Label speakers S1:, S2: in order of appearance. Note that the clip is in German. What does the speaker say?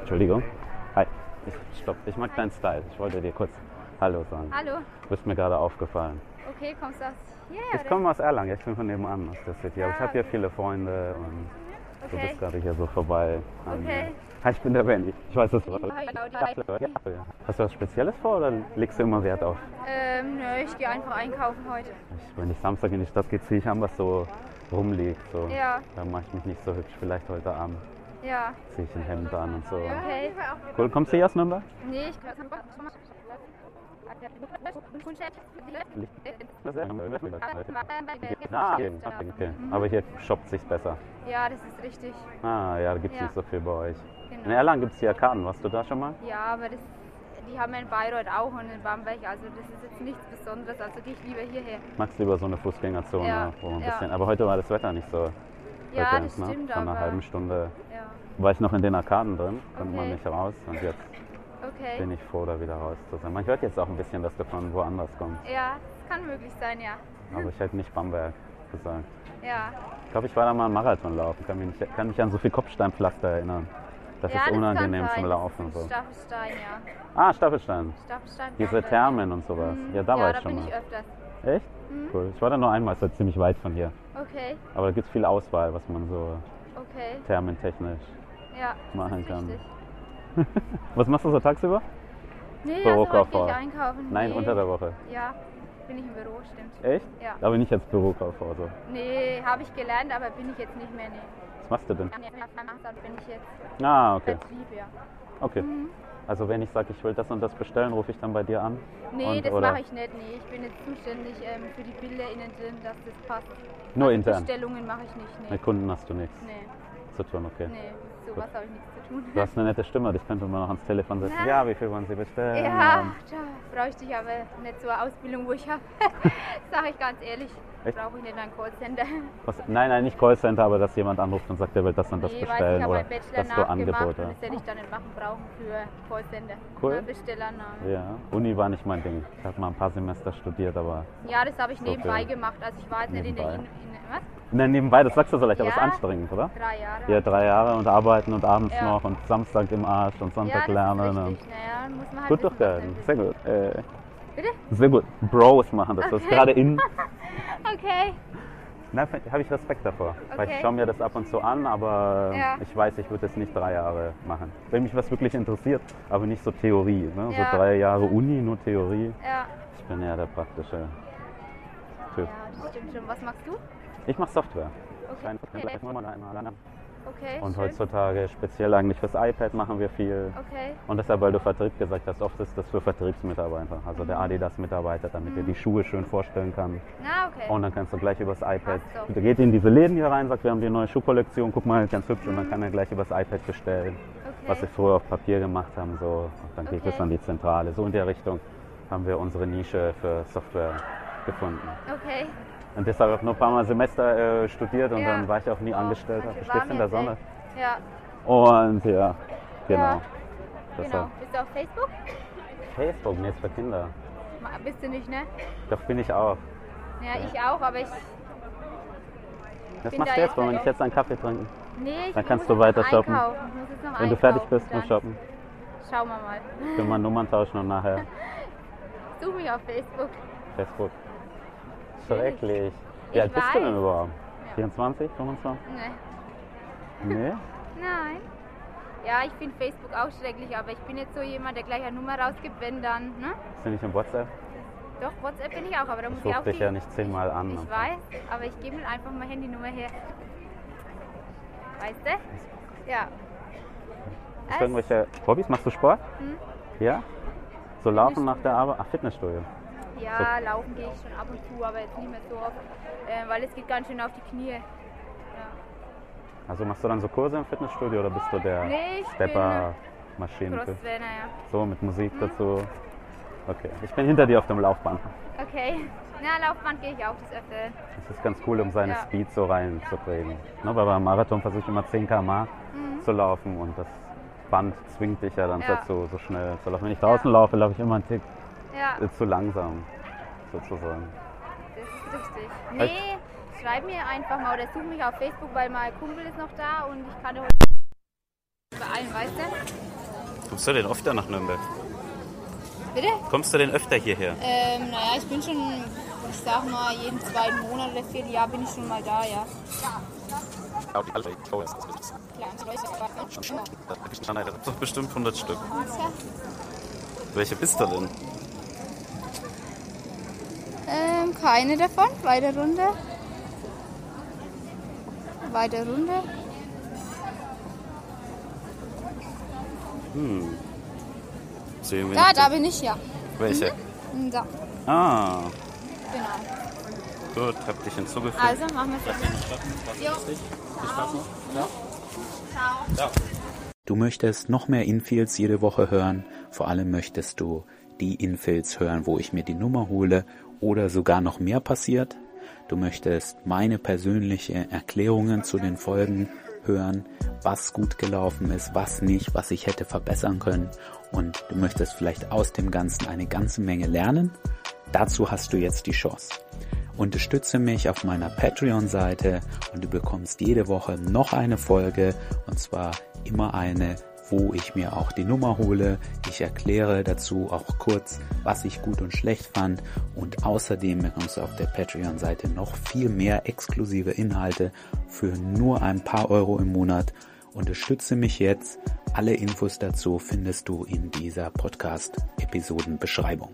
S1: Entschuldigung. Hi. Ich, stopp, ich mag deinen Style. Ich wollte dir kurz Hallo sagen.
S2: Hallo.
S1: Du bist mir gerade aufgefallen.
S2: Okay, kommst du aus hierher?
S1: Ich
S2: oder?
S1: komme aus Erlangen, ich bin von nebenan aus der City. Aber ich habe hier viele Freunde und du
S2: Ah, Okay.
S1: bist gerade hier so vorbei. an mir.
S2: Okay.
S1: Hi, ich bin der Benny. Ich weiß es
S2: Hi, Claudia.
S1: Hast du was Spezielles vor oder legst du immer Wert auf?
S2: Ähm, nö, ich gehe einfach einkaufen heute.
S1: Ich, wenn ich Samstag in die Stadt gehe, ziehe ich an, was so rumliegt. So.
S2: Ja.
S1: Da mache ich mich nicht so hübsch. Vielleicht heute Abend
S2: Ja.
S1: ziehe ich ein Hemd an und so.
S2: Okay.
S1: Cool, kommst du hier aus Nürnberg?
S2: Nee, ich kann
S1: Ah, okay. okay.
S2: Mhm.
S1: Aber hier shoppt sich's besser.
S2: Ja, das ist richtig.
S1: Ah, ja, da gibt es
S2: Ja.
S1: nicht so viel bei euch. In
S2: Genau.
S1: Erlangen gibt es die Arkaden. Warst du da schon mal?
S2: Ja, aber das, die haben wir in Bayreuth auch und in Bamberg. Also das ist jetzt nichts Besonderes. Also gehe ich lieber hierher.
S1: Magst lieber so eine Fußgängerzone,
S2: Ja,
S1: wo ein
S2: ja.
S1: bisschen. Aber heute war das Wetter nicht so.
S2: Ja,
S1: prickelnd,
S2: das
S1: ne?
S2: stimmt,
S1: Vor einer
S2: aber-
S1: halben Stunde
S2: Ja.
S1: war ich noch in den Arkaden drin, konnte man
S2: Okay.
S1: nicht raus. Und jetzt bin
S2: Okay.
S1: ich froh, da wieder raus zu sein. Man hört jetzt auch ein bisschen, dass du von woanders kommst.
S2: Ja, das kann möglich sein, ja.
S1: Aber ich hätte nicht Bamberg gesagt.
S2: Ja.
S1: Ich glaube, ich war da mal einen Marathon laufen. Kann mich, nicht, kann mich an so viel Kopfsteinpflaster erinnern. Das
S2: ja,
S1: ist unangenehm
S2: kann sein.
S1: zum Laufen.
S2: Das ist
S1: So.
S2: Staffelstein, ja.
S1: Ah, Staffelstein.
S2: Staffelstein.
S1: Diese Thermen und sowas. Ja, da war ich schon
S2: genau. Hm. bin
S1: mal.
S2: ich äh, öfters. Hm?
S1: Echt? Cool. Ich war da nur einmal, ist halt ziemlich weit von hier.
S2: Okay,
S1: Aber da gibt es viel Auswahl, was man so
S2: okay.
S1: thermentechnisch.
S2: Ja,
S1: Machen
S2: das ist
S1: kann.
S2: richtig.
S1: Was machst du so tagsüber?
S2: Nee, also heute gehe
S1: Bürokauffrau.
S2: ich einkaufen.
S1: Nein,
S2: nee.
S1: unter der Woche.
S2: Ja, bin ich im Büro, stimmt.
S1: Echt?
S2: Ja.
S1: Aber nicht als Bürokauffrau. So.
S2: Nee, habe ich gelernt, aber bin ich jetzt nicht mehr, nee.
S1: Was machst du denn?
S2: Dann bin ich jetzt
S1: Ah, okay.
S2: Vertrieb, ja. Mhm.
S1: okay. Also wenn ich sage, ich will das und das bestellen, rufe ich dann bei dir an?
S2: Nee,
S1: und,
S2: das
S1: oder
S2: mache ich nicht, nee. Ich bin jetzt zuständig ähm, für die Bilder innen drin, dass das passt.
S1: Nur
S2: also
S1: intern?
S2: Bestellungen mache ich nicht, nee.
S1: Mit Kunden hast du nichts
S2: Nee,
S1: zu tun, okay.
S2: nee, sowas habe ich nichts zu tun.
S1: Du hast eine nette Stimme, dich könnte man noch ans Telefon setzen.
S2: Na?
S1: Ja, wie viel wollen Sie bestellen?
S2: Ja, da brauche ich dich aber nicht zur Ausbildung, wo ich habe. Sage ich ganz ehrlich,
S1: Echt?
S2: brauche ich nicht ein Callcenter.
S1: Was, nein, nein, nicht Callcenter, aber dass jemand anruft und sagt, er will das und das
S2: nee, weiß ich,
S1: bestellen
S2: habe
S1: oder
S2: meinen Bachelor
S1: dass du
S2: nachgemacht
S1: Angebote
S2: und das hätte ich dann nicht machen brauchen für Callcenter.
S1: Cool.
S2: Nur Bestellername.
S1: Ja, Uni war nicht mein Ding. Ich habe mal ein paar Semester studiert, aber.
S2: Ja, das habe ich
S1: So
S2: nebenbei
S1: viel.
S2: gemacht. Also ich war jetzt nicht in der, in,
S1: Nebenbei.
S2: in, was?
S1: Nein, ne, nebenbei, das sagst du so leicht, aber
S2: Ja.
S1: ist anstrengend, oder?
S2: Drei Jahre.
S1: Ja, drei Jahre und arbeiten und abends
S2: Ja.
S1: noch und Samstag im Arsch und Sonntag
S2: ja, das
S1: lernen.
S2: Ist
S1: und-
S2: richtig. Naja, dann muss man halt
S1: Gut
S2: wissen, was
S1: durchgehalten.
S2: man
S1: Sehr gut. Äh,
S2: will. Bitte?
S1: sehr gut. Bros machen das. Das ist
S2: Okay.
S1: gerade in.
S2: Okay.
S1: Da habe ich Respekt davor. Weil ich
S2: Okay.
S1: schaue mir das ab und zu an, aber
S2: Ja.
S1: ich weiß, ich würde es nicht drei Jahre machen. Wenn mich was wirklich interessiert, aber nicht so Theorie. Ne?
S2: Ja.
S1: So drei Jahre Uni, nur Theorie.
S2: Ja.
S1: Ich bin ja der praktische Typ.
S2: ja, das stimmt schon. Was magst du?
S1: Ich mache Software.
S2: Okay. Okay,
S1: Und
S2: schön.
S1: heutzutage speziell eigentlich fürs iPad machen wir viel.
S2: Okay.
S1: Und deshalb, weil du Vertrieb gesagt hast, oft ist das für Vertriebsmitarbeiter, also der Adidas-Mitarbeiter, damit er die Schuhe schön vorstellen kann.
S2: Na, okay.
S1: Und dann kannst du gleich übers iPad.
S2: Mhm. Ach so.
S1: Der geht in diese Läden hier rein, sagt, wir haben die neue Schuhkollektion, guck mal, ganz hübsch. Und dann kann er gleich übers iPad bestellen,
S2: okay.
S1: was wir früher auf Papier gemacht haben. So. Und dann geht
S2: Okay.
S1: es an die Zentrale. So in der Richtung haben wir unsere Nische für Software gefunden.
S2: Okay.
S1: Und deshalb habe ich nur ein paar Mal Semester äh, studiert und
S2: Ja.
S1: dann war ich auch nie
S2: Oh,
S1: angestellt,
S2: ganz
S1: habe
S2: schön
S1: gestürzt in der
S2: warm jetzt,
S1: Sonne.
S2: ey. Ja,
S1: Und ja, genau.
S2: Ja. genau.
S1: Deshalb.
S2: Bist du auf Facebook?
S1: Facebook, nee, ist für Kinder.
S2: Ma- Bist du nicht, ne?
S1: Doch bin ich auch.
S2: Ja, ich auch, aber ich.
S1: Das
S2: Bin
S1: machst
S2: da
S1: du jetzt, wollen
S2: jetzt
S1: wir
S2: auch.
S1: nicht jetzt einen Kaffee trinken?
S2: Nee, ich
S1: Dann kannst
S2: muss
S1: du
S2: jetzt
S1: weiter
S2: noch
S1: shoppen.
S2: einkaufen. Ich muss jetzt noch
S1: Wenn du fertig
S2: einkaufen,
S1: bist mit
S2: dann
S1: Shoppen,
S2: Schauen wir mal.
S1: können wir Nummern tauschen und nachher
S2: Such mich auf Facebook.
S1: Facebook. Schrecklich. Wie
S2: Ich
S1: alt bist du denn
S2: weiß.
S1: überhaupt?
S2: Ja.
S1: 24, 25?
S2: Ne.
S1: Nee?
S2: Nein. Ja, ich finde Facebook auch schrecklich, aber ich bin jetzt so jemand, der gleich eine Nummer rausgibt, wenn dann, ne?
S1: Bist du nicht im WhatsApp?
S2: Doch, WhatsApp bin ich auch, aber da muss
S1: Ich
S2: ich, auch
S1: rufe dich
S2: die-
S1: ja nicht zehnmal an.
S2: Ich weiß, aber ich gebe mir einfach mal Handynummer her. Weißt du? Ja.
S1: Hast du irgendwelche Hobbys? Machst du Sport?
S2: Hm.
S1: Ja? So laufen nach der Arbeit? Ach, Fitnessstudio.
S2: Ja, laufen gehe ich schon ab und zu, aber jetzt nicht mehr so oft, äh, weil es geht ganz schön auf die Knie.
S1: Also machst du dann so Kurse im Fitnessstudio oder bist du der
S2: Nee, ich
S1: Stepper, Maschinentyp?
S2: Crosstrainer, ja.
S1: So, mit Musik
S2: Mhm.
S1: dazu. Okay, ich bin hinter dir auf dem Laufband.
S2: Okay. Na, Laufband gehe ich auch des Öfteren.
S1: Das ist ganz cool, um seine
S2: Ja.
S1: Speed so reinzukriegen. Ne, weil beim Marathon versuche ich immer 10 km/h zu laufen und das Band zwingt dich ja dann
S2: Mhm. Ja.
S1: dazu, so schnell zu laufen. Wenn ich draußen laufe, laufe ich immer einen Tick
S2: Ja,
S1: äh, zu langsam, sozusagen.
S2: das ist richtig. Nee, schreib mir einfach mal oder such mich auf Facebook, weil mein Kumpel ist noch da und ich kann dir heute Bei allen, weißt du?
S1: Kommst du denn öfter nach Nürnberg?
S2: Bitte?
S1: Kommst du denn öfter hierher?
S2: Ähm, naja, ich bin schon, ich sag mal, jeden zweiten Monat oder Vierteljahr bin ich schon mal da, ja. Klar, und Leute, aber-
S1: Nein, das sind doch bestimmt 100 Stück.
S2: Tja.
S1: Welche bist du denn?
S2: Ähm, keine davon. Weiter runter. Weiter runter.
S1: Sehen wir
S2: Da,
S1: nicht.
S2: da mhm. bin ich ja.
S1: Welche?
S2: Da,
S1: Ah,
S2: genau.
S1: gut, hab dich hinzugefügt.
S2: Also machen wir es. Jo. Ciao.
S3: Du möchtest noch mehr Infills jede Woche hören. Vor allem möchtest du die Infills hören, wo ich mir die Nummer hole oder sogar noch mehr passiert. Du möchtest meine persönliche Erklärungen zu den Folgen hören, was gut gelaufen ist, was nicht, was ich hätte verbessern können. Und du möchtest vielleicht aus dem Ganzen eine ganze Menge lernen. Dazu hast du jetzt die Chance. Unterstütze mich auf meiner Patreon-Seite und du bekommst jede Woche noch eine Folge und zwar immer eine, wo ich mir auch die Nummer hole. Ich erkläre dazu auch kurz, was ich gut und schlecht fand und außerdem bekommst du auf der Patreon-Seite noch viel mehr exklusive Inhalte für nur ein paar Euro im Monat. Unterstütze mich jetzt. Alle Infos dazu findest du in dieser Podcast-Episodenbeschreibung.